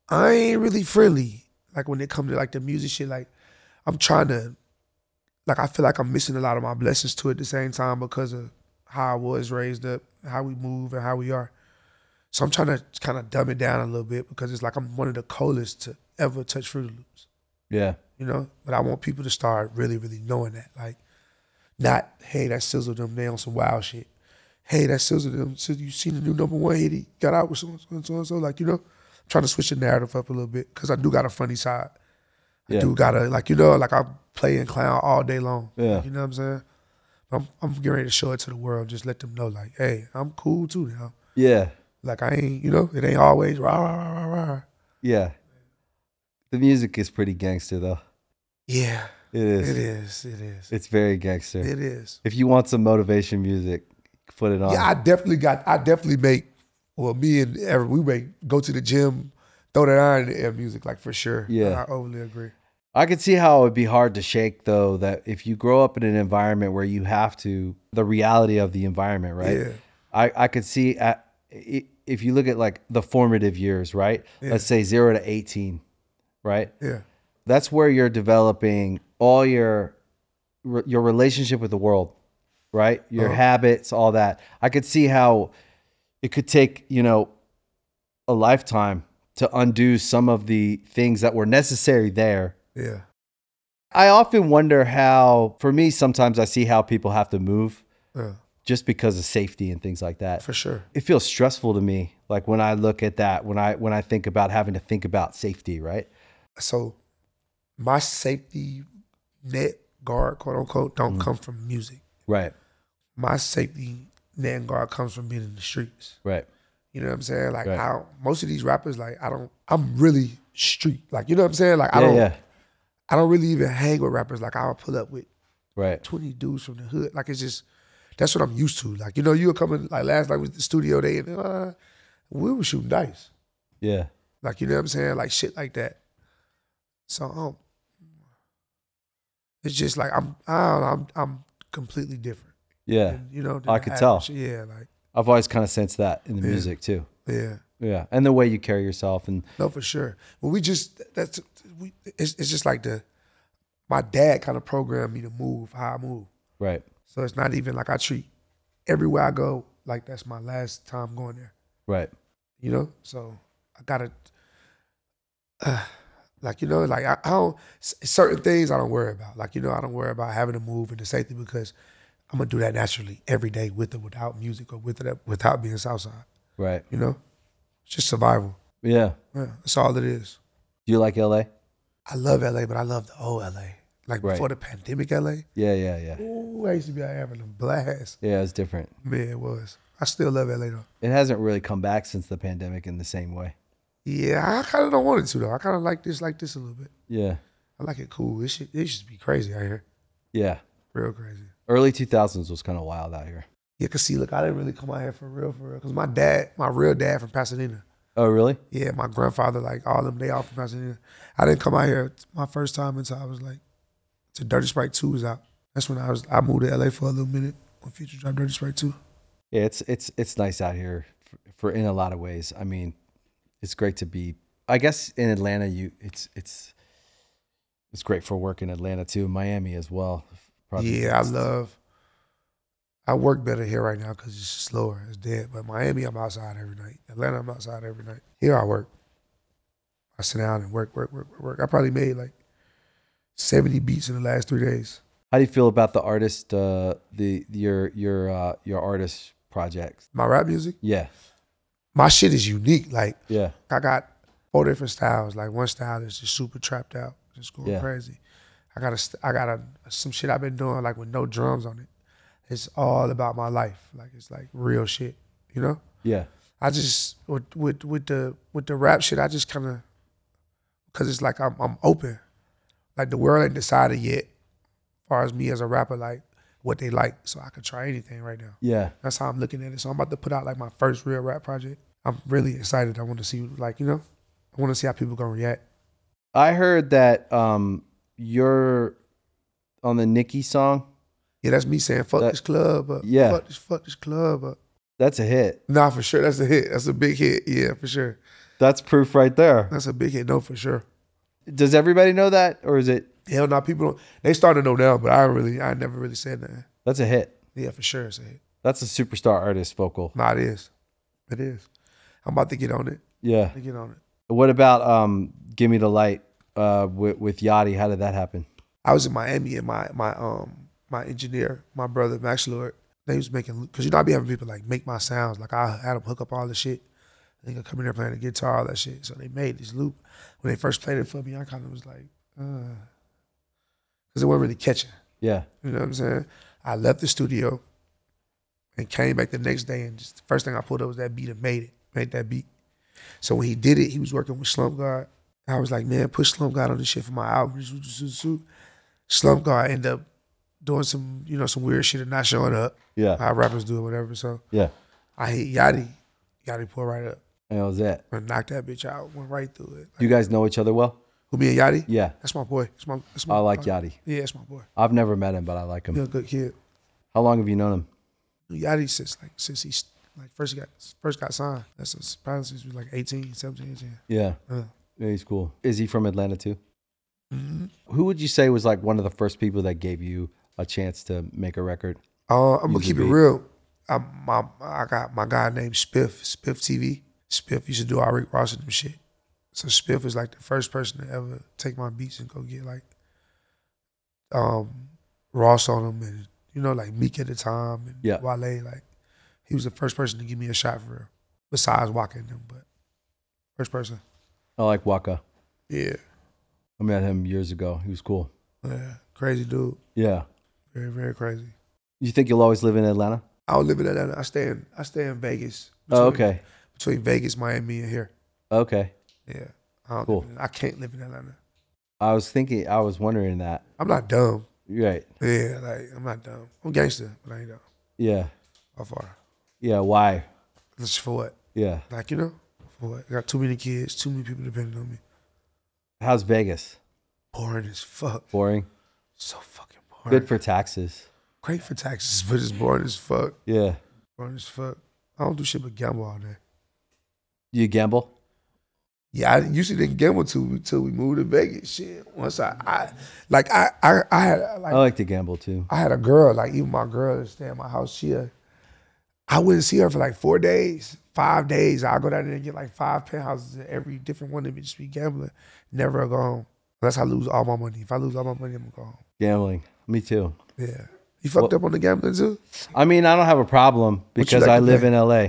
I ain't really friendly, like when it comes to like the music shit. Like I'm trying to, like I feel like I'm missing a lot of my blessings too at the same time because of how I was raised up, how we move, and how we are. So I'm trying to kind of dumb it down a little bit because it's like I'm one of the coldest to ever touch Fruity Loops
Yeah.
you know. But I want people to start really, really knowing that, like, not hey that sizzled them, they on some wild shit. Hey, that sizzled them. So you seen the new number one hit he got out with so and so and so and so. Like you know, trying to switch the narrative up a little bit because I do got a funny side. I
Yeah.
do gotta like you know like I play and clown all day long.
Yeah.
you know what I'm saying. I'm I'm getting ready to show it to the world. Just let them know like, hey, I'm cool too now.
Yeah.
Like I ain't you know it ain't always rah rah rah rah rah.
Yeah. The music is pretty gangster though.
Yeah,
It
it
is.
is. It is.
It's very gangster.
It is.
if you want some motivation music, put it on.
Yeah, I definitely got. I definitely make. Well, me and Ever, we make go to the gym, throw that iron in the air music, like for sure.
Yeah.
I overly agree.
I could see how it would be hard to shake though that if you grow up in an environment where you have to the reality of the environment, right?
Yeah.
I I could see at, i- if you look at like the formative years, right? Let's say 0 to 18, right?
Yeah,
That's where you're developing all your your relationship with the world, right? Your habits, all that. I could see how it could take, you know, a lifetime to undo some of the things that were necessary there
yeah,
I often wonder how, for me, sometimes I see how people have to move
yeah,
just because of safety and things like that.
for sure.
It feels stressful to me, like when I look at that, when I when I think about having to think about safety, right?
So, my safety net guard, quote unquote, don't
Mm.
come from music.
Right,
My safety net and guard comes from being in the streets.
right,
You know what I'm saying? Like,
Right.
I don't, most of these rappers, like, I don't. I'm really street. Like, you know what I'm saying? Like, I
yeah,
don't.
yeah,
I don't really even hang with rappers. Like, I'll pull up with
right,
20 dudes from the hood. Like it's just that's what I'm used to. Like, you know, you were coming like last night with the studio day and uh, we were shooting dice.
yeah,
Like, you know what I'm saying? Like shit like that. So um, it's just like I'm I don't know, I'm I'm completely different.
yeah.
than, you know, than
I
the
could tell.
average. Yeah, like
I've always kind of sensed that in the music too.
yeah.
Yeah, and the way you carry yourself, and
No, for sure. But we just that's we it's, it's just like the my dad kind of programmed me to move how I move.
right,
So it's not even like I treat everywhere I go like that's my last time going there.
right,
you know. So I gotta, uh, like you know, like I, I don't c- certain things I don't worry about. Like you know, I don't worry about having to move into safety because I'm gonna do that naturally every day with or without music or with it without being Southside.
right.
You know, it's just survival.
Yeah.
Yeah, that's all it is.
Do you like L.A.?
I love LA, but I love the old LA. Like
Right.
before the pandemic, LA.
Yeah, yeah, yeah.
Ooh, I used to be out having a blast.
Yeah, it's different.
Man, it was. I still love LA though.
It hasn't really come back since the pandemic in the same way.
Yeah, I kind of don't want it to though. I kind of like this, like this a little bit.
Yeah,
I like it cool. It should, it should be crazy out here.
yeah.
Real crazy.
Early 2000s was kind of wild out here.
Yeah, cause see, look, I didn't really come out here for real, for real. Cause my dad, my real dad from Pasadena.
Oh, really?
Yeah, my grandfather, like all them, they all from Pasadena. I didn't come out here my first time until I was like, to Dirty Sprite Two was out. That's when I was. I moved to LA for a little minute when Future dropped Dirty Sprite Two.
Yeah, it's it's it's nice out here for, for in a lot of ways. I mean, it's great to be. I guess in Atlanta, you it's it's it's great for work in Atlanta too, Miami as well. Probably.
Yeah, I love. I work better here right now because it's slower, it's dead. But Miami, I'm outside every night. Atlanta, I'm outside every night. Here, I work. I sit down and work, work, work, work, work. I probably made like 70 beats in the last three days.
How do you feel about the artist, uh, the your your uh, your artist projects?
My rap music,
Yeah,
my shit is unique. Like,
yeah,
I got four different styles. Like, one style is just super trapped out, just going
Yeah.
crazy. I got, a, st- I got a, some shit I've been doing, like, with no drums on it. It's all about my life. Like, it's like real shit, you know?
yeah,
I just with with with the with the rap shit, I just kind of because it's like I'm I'm open, like the world ain't decided yet, as far as me as a rapper, like what they like, so I could try anything right now.
yeah,
That's how I'm looking at it. So I'm about to put out like my first real rap project. I'm really excited. I want to see like you know, I want to see how people gonna react.
I heard that um, you're on the Nicki song.
Yeah, that's me saying fuck
That-
this club up.
Yeah.
Fuck this fuck this club up.
That's a hit.
Nah, for sure. That's a hit. That's a big hit. Yeah, for sure.
That's proof right there.
That's a big hit. No, for sure.
Does everybody know that, or is it?
Hell, no, people don't. They start to know now, but I really, I never really said that.
That's a hit.
Yeah, for sure. It's a hit.
That's a superstar artist vocal.
Nah, it is. It is. I'm about to get on it.
Yeah.
To get on it.
What about um, "Give Me the Light" uh, with, with Yachty? How did that happen?
I was in Miami and my my um my engineer, my brother Max Lord, they was making because you know I be having people like make my sounds. Like I had them hook up all the shit. They gonna come in there playing the guitar, all that shit. So they made this loop. When they first played it for me, I kind of was like, uh, because it wasn't really catching.
Yeah.
You know what I'm saying? I left the studio and came back the next day, and just the first thing I pulled up was that beat and made it, made that beat. So when he did it, he was working with Slump God. I was like, man, put Slump God on this shit for my album. Zoo, zoo, zoo, zoo. Slump God ended up doing some, you know, some weird shit and not showing up.
Yeah.
How rappers do or whatever. So
Yeah.
I hit Yachty. Yachty pulled right up
And that was it.
and knocked that bitch out. Went right through it.
Do you guys know each other well?
Who me and Yachty?
Yeah.
That's my boy. That's my, that's my
I like Yachty.
Yeah, that's my boy.
I've never met him, but I like
He
him.
a good kid.
How long have you known him?
Yachty since like since he like first got first got signed. That's a probably since he was like 18, 17, 18.
Yeah.
Uh,
Yeah, he's cool. Is he from Atlanta too?
Mhm.
Who would you say was like one of the first people that gave you a chance to make a record?
Uh, I'm
You
gonna keep
could
it
be.
real. I, my, I got my guy named Spiff, Spiff TV. Spiff used to do all Rick Ross and them shit. So Spiff was like the first person to ever take my beats and go get like um, Ross on them and you know like Meek at the time and
Yeah.
Wale. Like he was the first person to give me a shot for real. Besides walking them, but first person.
I Oh, like Waka.
Yeah,
I met him years ago. He was cool.
yeah, crazy dude.
Yeah.
Very very crazy.
You think you'll always live in Atlanta?
I don't live in Atlanta. I stay in I stay in Vegas.
Oh,
Between-
okay.
Between Vegas, Miami, and here.
Okay.
Yeah. I don't
Cool.
live in- I can't live in Atlanta.
I was thinking, I was wondering that.
I'm not dumb.
Right.
Yeah, like I'm not dumb. I'm gangster, but I ain't dumb.
Yeah.
By far.
Yeah. Why?
Just for what?
Yeah.
Like, you know? For what? I got too many kids, too many people depending on me.
How's Vegas?
Boring as fuck.
Boring.
So fucking boring.
Good for taxes.
Great for taxes, but it's boring as fuck.
Yeah.
Boring as fuck. I don't do shit but gamble all day.
Do you gamble?
Yeah, I usually didn't gamble till we, till we moved to Vegas. Shit. Once I, I like I I, I had like
I like to gamble too.
I had a girl, like even my girl that stay at my house, she a, I wouldn't see her for like four days, five days. I'll go down there and get like five penthouses and every different one of them just be gambling. Never go home. Unless I lose all my money. If I lose all my money, I'm gonna go home.
Gambling. Me too.
Yeah. You fucked up on the gambling too?
I mean, I don't have a problem
you
because
like
I
to
live
play?
in LA.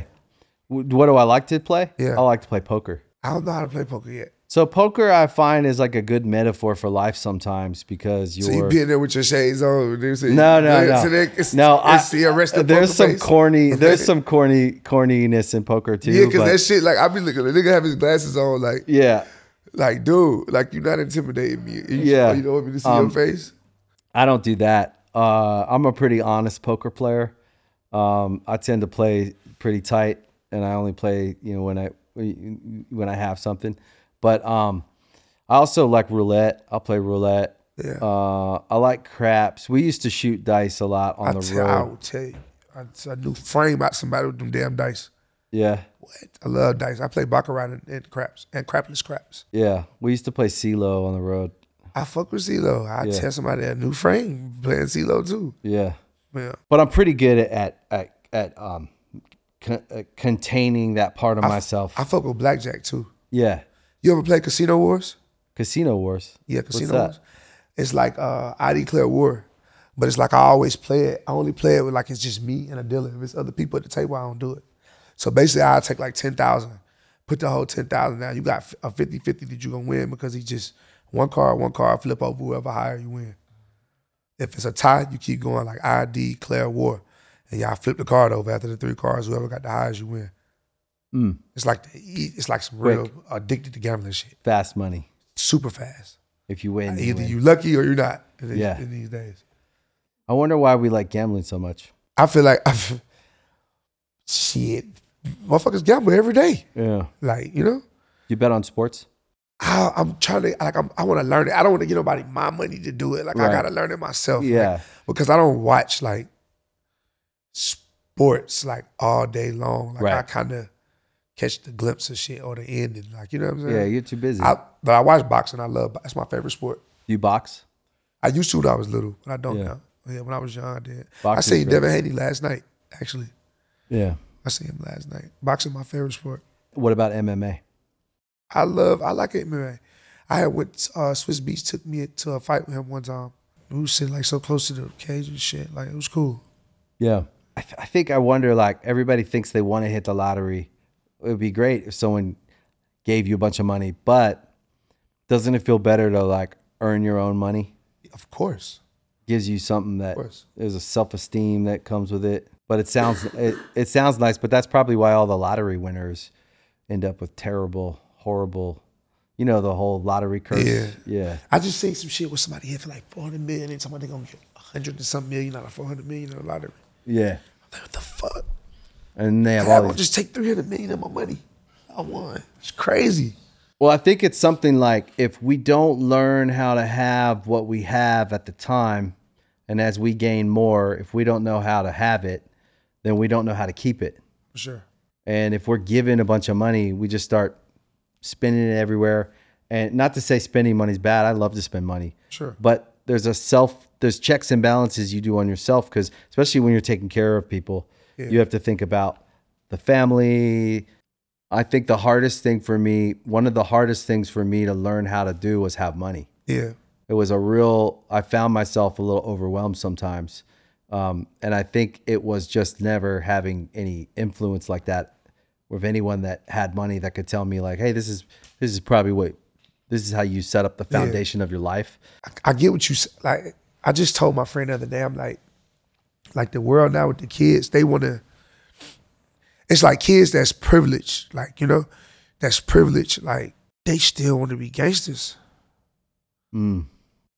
W- What do I like to play?
Yeah.
I like to play poker.
I don't know how to play poker yet.
So poker, I find, is like a good metaphor for life sometimes because you're.
So you be in there with your shades on. and they say-
no, no,
Yeah,
no,
So they, it's,
no. I,
it's the arrest of
there's
poker
some
face.
corny.
<laughs>
There's some corny corniness in poker too.
Yeah, because
but-
that shit, like, I be looking, the nigga have his glasses on, like,
yeah.
like, dude, like, you're not intimidating me. You,
Yeah.
You don't want me to see
Um,
your face?
I don't do that. Uh, I'm a pretty honest poker player. Um, I tend to play pretty tight, and I only play you know when I when I have something. But um, I also like roulette. I'll play roulette.
Yeah.
Uh, I like craps. We used to shoot dice a lot on the
tell, I
road.
will tell you. I, I knew frame out somebody with them damn dice.
Yeah,
What? I love dice. I play baccarat and, and craps and crapless craps.
yeah. We used to play CeeLo on the road.
I fuck with CeeLo. I
Yeah.
tell somebody a new frame playing CeeLo too.
Yeah,
Yeah.
but I'm pretty good at at at um, con- uh, containing that part of myself.
I fuck with blackjack too.
yeah,
You ever play Casino Wars?
Casino Wars.
Yeah,
What's
Casino
that?
Wars. It's like uh, I declare war, but it's like I always play it. I only play it with like it's just me and a dealer. If it's other people at the table, I don't do it. So basically, I take like ten thousand, put the whole ten thousand down. You got f- a 50-50 that you gonna win because he just one card, one card, flip over whoever higher you win. If it's a tie, you keep going like I declare war, and y'all flip the card over after the three cards. Whoever got the highest, you win.
Mm.
It's like the, e- it's like some
Quick.
real addicted to gambling shit.
Fast money.
Super fast.
If you win, you
Either
win.
you lucky or you're not in these,
Yeah.
in these days.
I wonder why we like gambling so much.
I feel like I feel, shit, motherfuckers gamble every day.
Yeah.
Like you know,
You bet on sports?
I, I'm trying to like I'm, I want to learn it. I don't want to get nobody my money to do it. Like
Right.
I gotta learn it myself. like,
Yeah.
because I don't watch like sp- sports like all day long. Like
Right.
I kind of catch the glimpse of shit or the ending. Like you know what I'm saying?
Yeah, you're too busy.
I, but I watch boxing. I love. bo- It's my favorite sport.
you box?
I used to when I was little, but I don't
Yeah.
now. Yeah, when I was young, I did.
Boxing's
I seen
great.
Devin Haney last night. Actually,
Yeah.
I seen him last night. Boxing, my favorite sport.
What about MMA?
I love. I like MMA. I had went. Uh, Swiss Beats took me to a fight with him one time. We was sitting like so close to the cage and shit. Like it was cool.
Yeah. I, th- I think I wonder like everybody thinks they want to hit the lottery. It would be great if someone gave you a bunch of money, but doesn't it feel better to like earn your own money?
Of course.
Gives you something that
course.
there's a self esteem that comes with it. But it sounds it, it sounds nice, but that's probably why all the lottery winners end up with terrible, horrible, you know, the whole lottery curse.
Yeah.
yeah.
I just seen some shit where somebody hit for like 400 million and somebody gonna get 100 and some million out of 400 million in the lottery.
Yeah.
Like, what the fuck?
And they have
I'm
all
gonna
these
just take 300 million of my money. I won. It's crazy.
Well, I think it's something like if we don't learn how to have what we have at the time, and as we gain more, if we don't know how to have it, then we don't know how to keep it.
For sure.
And if we're given a bunch of money, we just start spending it everywhere. And not to say spending money is bad, I love to spend money.
Sure.
But there's a self, there's checks and balances you do on yourself because, especially when you're taking care of people, you have to think about the family. I think the hardest thing for me, one of the hardest things for me to learn how to do was have money
Yeah.
it was a real i found myself a little overwhelmed sometimes um, and i think it was just never having any influence like that with anyone that had money that could tell me like hey this is this is probably what this is how you set up the foundation of your life
I get what you s- like. I just told my friend the other day. I'm like, like the world now with the kids, they want to. It's like kids that's privileged, like you know, that's privileged. Like they still want to be gangsters.
mm.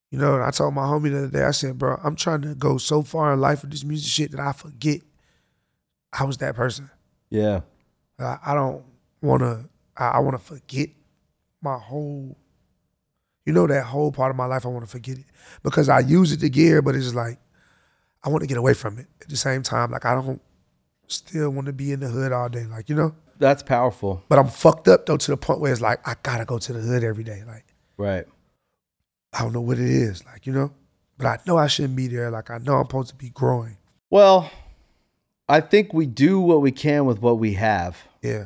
You know, and I told my homie the other day. I said, bro, I'm trying to go so far in life with this music shit that I forget I was that person.
yeah
I, I don't want to. I, I want to forget my whole. You know that whole part of my life. I want to forget it because I use it to gear, but it's just like I want to get away from it. At the same time, like I don't still want to be in the hood all day, like you know.
that's powerful
But I'm fucked up though to the point where it's like I gotta go to the hood every day. Like
right
I don't know what it is, like you know. But I know I shouldn't be there. Like I know I'm supposed to be growing.
well i think we do what we can with what we have
Yeah,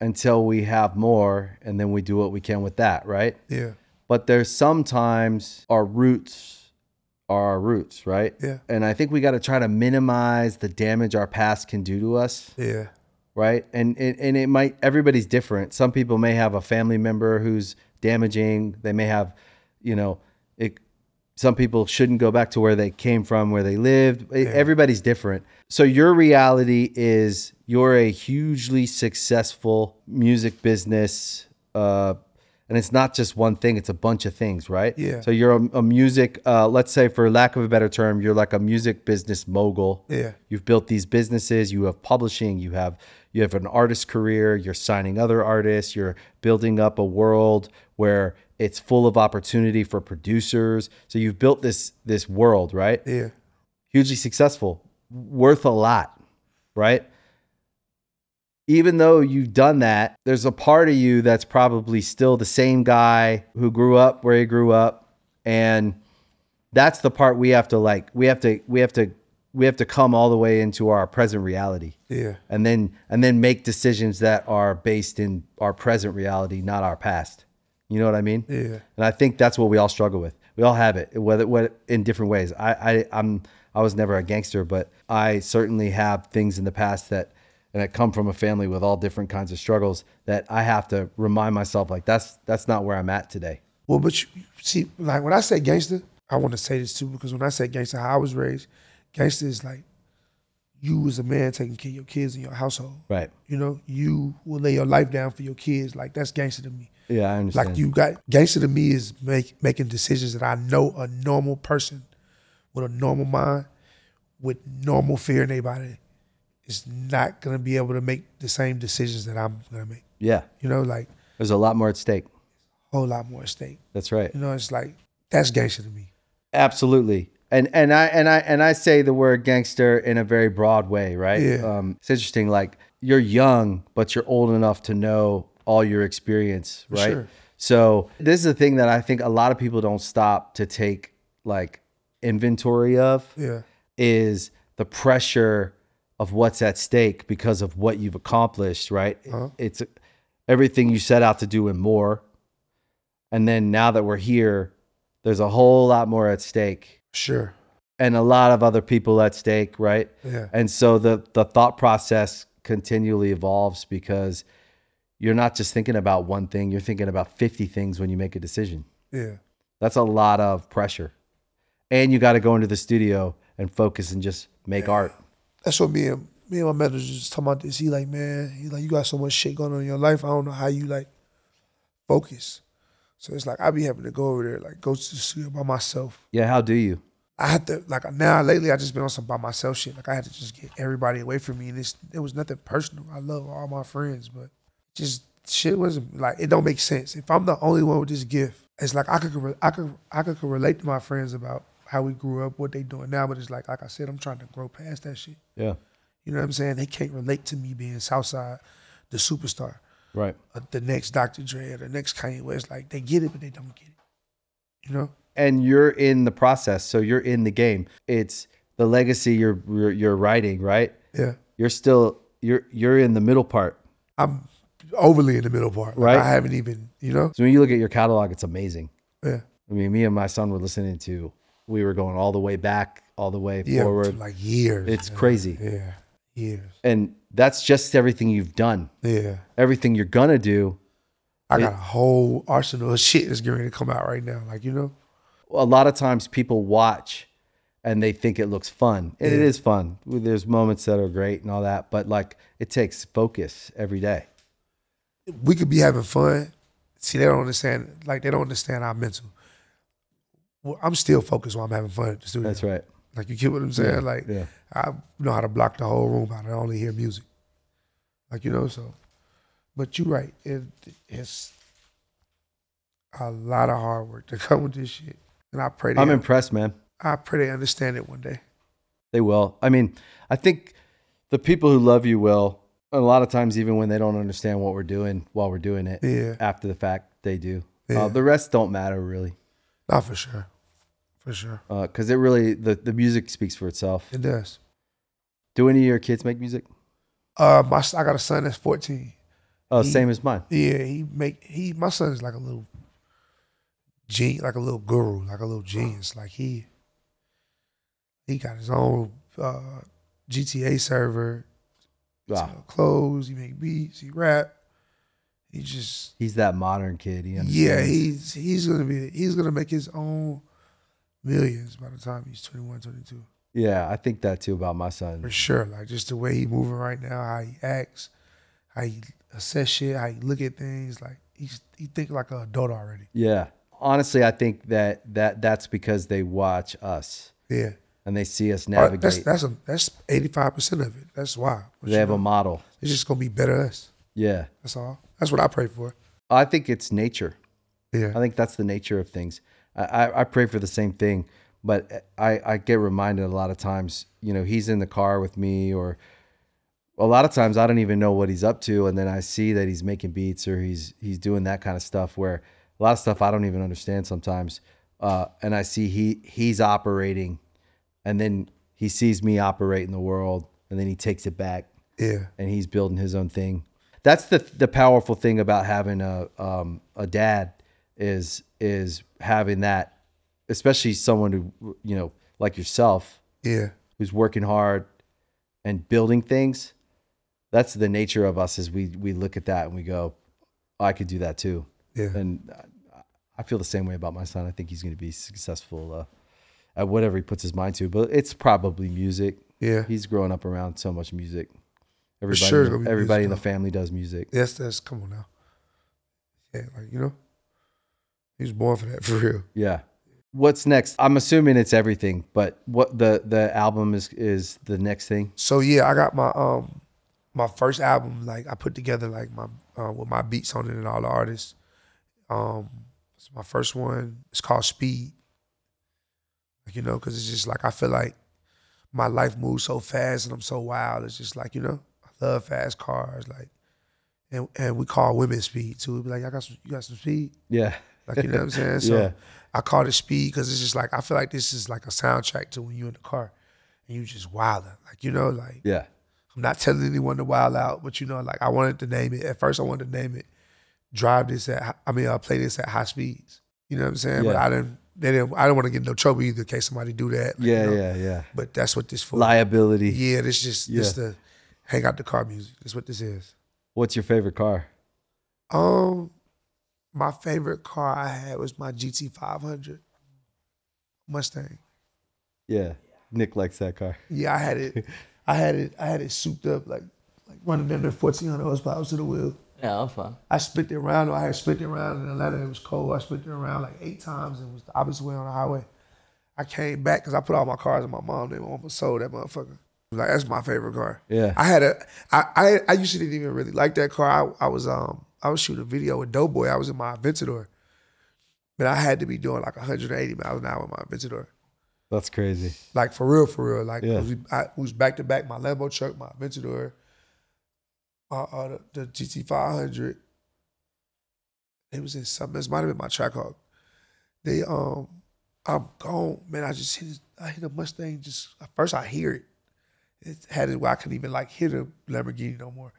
until we have more and then we do what we can with that right
yeah,
but there's sometimes our roots are our roots, right?
Yeah.
And I think we got to try to minimize the damage our past can do to us,
yeah,
right? And, and and it might everybody's different. Some people may have a family member who's damaging. They may have, you know, it. Some people shouldn't go back to where they came from, where they lived. E- Everybody's different. So your reality is you're a hugely successful music business. Uh, and it's not just one thing; it's a bunch of things, right?
Yeah.
So you're a, a music, uh, let's say, for lack of a better term, you're like a music business mogul.
Yeah.
You've built these businesses. You have publishing. You have you have an artist career. You're signing other artists. You're building up a world where it's full of opportunity for producers. So you've built this this world, right?
yeah,
hugely successful, worth a lot, right? Even though you've done that, there's a part of you that's probably still the same guy who grew up where he grew up. And that's the part we have to like, we have to, we have to, we have to come all the way into our present reality
yeah.
and then and then make decisions that are based in our present reality, not our past. You know what I mean?
Yeah.
And I think that's what we all struggle with. We all have it, whether what in different ways. I, I I'm I was never a gangster, but I certainly have things in the past that and I come from a family with all different kinds of struggles that I have to remind myself like that's that's not where I'm at today.
Well, but you, see, like when I say gangster, I want to say this too because when I say gangster, how I was raised, gangster is like you as a man taking care of your kids and your household.
Right.
You know, you will lay your life down for your kids. Like that's gangster to me.
Yeah, I understand.
Like you got gangster to me is make, making decisions that I know a normal person with a normal mind, with normal fear in their body, is not gonna be able to make the same decisions that I'm gonna make.
Yeah.
You know, like
There's a lot more at stake.
a whole lot more at stake.
That's right.
You know, it's like that's gangster to me.
Absolutely. and and I and I and I say the word gangster in a very broad way, right?
Yeah.
Um, it's interesting. Like you're young, but you're old enough to know all your experience, right?
sure.
So this is a thing that I think a lot of people don't stop to take like inventory of
Yeah.
is the pressure of what's at stake because of what you've accomplished, right? It's everything you set out to do and more. And then now that we're here, there's a whole lot more at stake
Sure.
and a lot of other people at stake, right?
Yeah.
And so the the thought process continually evolves because you're not just thinking about one thing, you're thinking about 50 things when you make a decision.
Yeah.
That's a lot of pressure. And you got to go into the studio and focus and just make art.
That's what me and me and my manager was just talking about this. He like, man, he like, you got so much shit going on in your life. I don't know how you like focus. So it's like I be having to go over there, like go to the studio by myself.
Yeah, how do you?
I had to like now lately I just been on some by myself shit. Like I had to just get everybody away from me. And it's it was nothing personal. I love all my friends, but just shit wasn't like it don't make sense. If I'm the only one with this gift, it's like I could re- I could I could relate to my friends about how we grew up, what they doing now. But it's like like I said, I'm trying to grow past that shit.
Yeah,
You know what I'm saying? They can't relate to me being Southside, the superstar,
right.
uh, the next Dr. Dre, or the next Kanye West. Like they get it, but they don't get it. You know?
And you're in the process, so you're in the game. It's the legacy you're you're, you're writing, right?
Yeah.
You're still you're you're in the middle part.
I'm overly in the middle part. Like,
Right.
I haven't even, you know?
So when you look at your catalog, it's amazing.
Yeah.
I mean, me and my son were listening to. We were going all the way back, all the way
Yeah. for
forward.
like years.
It's
man.
crazy,
Yeah. Years.
and that's just everything you've done.
Yeah.
Everything you're gonna do.
I got a whole arsenal of shit that's getting ready to come out right now. Like, you know?
A lot of times, people watch, and they think it looks fun, and it is fun. There's moments that are great and all that, but like it takes focus every day.
we could be having fun. See, they don't understand. Like they don't understand our mental. Well, I'm still focused while I'm having fun at the studio.
That's right.
Like you get what I'm saying? like
yeah.
I know how to block the whole room out. I only hear music. Like you know, so. But you're right. It, it's a lot of hard work to <laughs> come with this shit, and I pray they
I'm impressed, man.
I pray they understand it one day.
They will. I mean, I think the people who love you will. A lot of times, even when they don't understand what we're doing while we're doing it,
Yeah.
after the fact, they do.
Yeah.
Uh, the rest don't matter really,
Not for sure, for sure.
because it really the, the music speaks for itself.
It does.
Do any of your kids make music?
Uh, my s- I got a son that's 14.
Oh, same as mine.
Yeah, he make he my son is like a little gen like a little guru, like a little genius. Like he he got his own uh GTA server,
Wow,
sell clothes, he make beats, he rap. He just
he's that modern kid. He
yeah,
understands.
he's he's gonna be he's gonna make his own millions by the time he's 21, 22.
yeah. I think that too about my
For
son.
sure. Like just the way he moving right now, how he acts, how he assess shit, how he look at things, like he's he think like an adult already.
Yeah, honestly, I think that that that's because they watch us
Yeah.
and they see us
All right,
navigate.
that's that's a, that's eighty five percent of it. That's why But
they
you
have
know,
a model.
It's just gonna be better us.
Yeah,
That's all. That's what I pray for.
I think it's nature. I
Yeah,
think that's the nature of things. I, I, I pray for the same thing, but I, I get reminded a lot of times, you know, he's in the car with me, or a lot of times I don't even know what he's up to. And then I see that he's making beats or he's, he's doing that kind of stuff where a lot of stuff I don't even understand sometimes. Uh, and I see he, he's operating and then he sees me operate in the world and then he takes it back
yeah,
and he's building his own thing. That's the the powerful thing about having a um, a dad is is having that, especially someone who you know like yourself
yeah,
who's working hard and building things. That's the nature of us is we we look at that and we go, "Oh, I could do that too.
yeah.
And I- I feel the same way about my son. I think he's going to be successful uh, at whatever he puts his mind to, but it's probably music.
Yeah.
He's growing up around so much music. Everybody,
sure it's gonna be
everybody
music,
in the
though.
family does music.
That's that's come on now. Yeah, like you know, he was born for that <laughs> for real.
Yeah. What's next? I'm assuming it's everything, but what the the album is is the next thing.
So yeah, I got my um my first album. Like I put together like my uh, with my beats on it and all the artists. Um, it's my first one. It's called Speed. Like you know, because it's just like I feel like my life moves so fast and I'm so wild. It's just like you know, I love fast cars, like, and and we call women speed too. We'd be like, I got some, you got some speed.
Yeah.
Like you know what I'm saying? So
Yeah.
I call it speed because it's just like I feel like this is like a soundtrack to when you're in the car and you just wilding. Like you know, like
Yeah.
I'm not telling anyone to wild out, but you know, like I wanted to name it. At first, I wanted to name it "Drive This at." hi- I mean, I play this at high speeds. You know what I'm saying? But
Yeah.
I didn't. They didn't. I don't want to get in no trouble either in case somebody do that. like, you
Yeah.
know?
Yeah. Yeah.
But that's what this for.
Liability.
Yeah, this just this
Yeah.
the hang out the car music. That's what this is.
What's your favorite car?
Um, my favorite car I had was my GT500 Mustang.
Yeah. Nick likes that car.
Yeah, I had
<laughs>
it. I had it. I had it souped up like like running under 1400 horsepower to the wheel.
Yeah, I'm fine.
I split it around. I had split it around in Atlanta. It was cold. I split it around like eight times and it was the opposite way on the highway. I came back because I put all my cars in my mom. They almost sold that motherfucker. Like that's my favorite car.
Yeah.
I had a. I I, I usually didn't even really like that car. I, I was um I was shooting a video with Doughboy. I was in my Aventador, but I had to be doing like 180 miles an hour with my Aventador.
That's crazy.
Like for real, for real. Like
Yeah.
we, I was back to back. My Lambo truck, my Aventador, my uh, the, the GT five hundred. It was in something. This might have been my track hawk. They um, I'm gone, man. I just hit. I hit a Mustang. Just at first, I hear it. It had it where I couldn't even like hit a Lamborghini no more.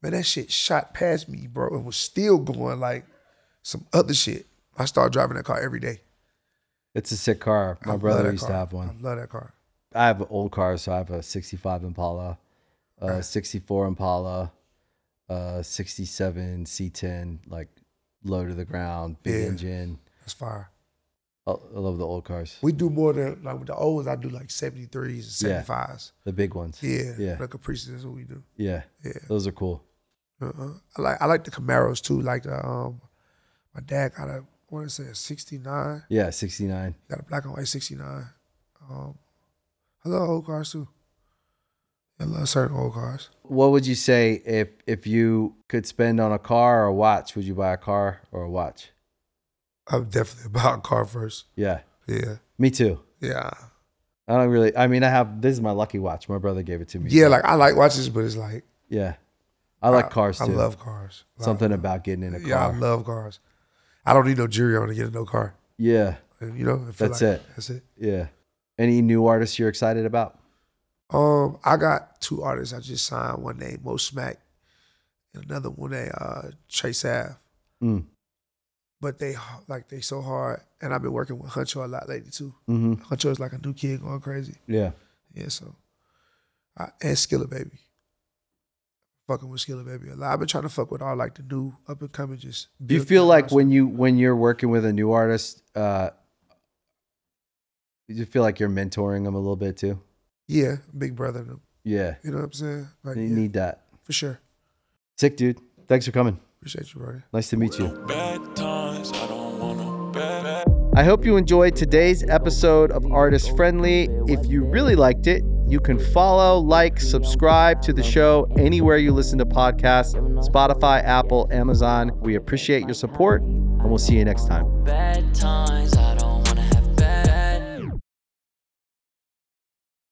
Man, that shit shot past me, bro, and was still going like some other shit. I started driving that car every day.
It's a sick car.
I
My
love
brother
that
used to
car.
have one.
I love that car.
I have an old car, so I have a 65 Impala, a 64 Impala, a 67 C10, like low to the ground, big
Yeah.
engine.
That's fire.
I I love the old cars,
We do more than like with the old ones. I do like 73s
Yeah.
and 75s.
the big ones.
Yeah,
Yeah.
the Caprices. That's what we do.
Yeah.
Yeah,
Those are cool.
uh-uh. I like I like the Camaros too. Like the um, my dad got a I want to say a '69.
Yeah. 69.
Got a black and white '69. Um, I love old cars too. I love certain old cars.
What would you say if if you could spend on a car or a watch? Would you buy a car or a watch?
I'm definitely <laughs> about car first.
Yeah.
Yeah,
Me too.
yeah,
I don't really. I mean, I have this is my lucky watch. My brother gave it to me.
yeah. Like I like watches, but it's like
yeah. I like cars too.
I love cars. Like,
something about getting in a car.
Yeah, I love cars. I don't need no jewelry on to get in no car.
yeah.
And, you know, I feel
That's
like-
it.
That's it.
Yeah. Any new artists you're excited about?
Um, I got two artists I just signed. One named Mo Smack, and another one named uh, Chase Ave.
Mm.
But they h- like they so hard, and I've been working with Huncho a lot lately too.
Mm-hmm.
Huncho is like a new kid going crazy.
Yeah.
Yeah, so I, and Skilla Baby, fucking with Skilla Baby a lot. I've been trying to fuck with all like the new up and coming. Just
Do you
build
feel
that
like
roster.
when you when you're working with a new artist, uh, do you feel like you're mentoring them a little bit too?
yeah, big brother, them,
Yeah.
you know what I'm saying? Like,
You
Uh, yeah,
need that.
for sure.
Sick, dude. Thanks for coming.
Appreciate you, brother.
Nice to meet you.
Bad times, I don't wanna bad.
I hope you enjoyed today's episode of Artist Friendly. If you really liked it, you can follow, like, subscribe to the show anywhere you listen to podcasts Spotify, Apple, Amazon. We appreciate your support, and we'll see you next time.
Bad times, I don't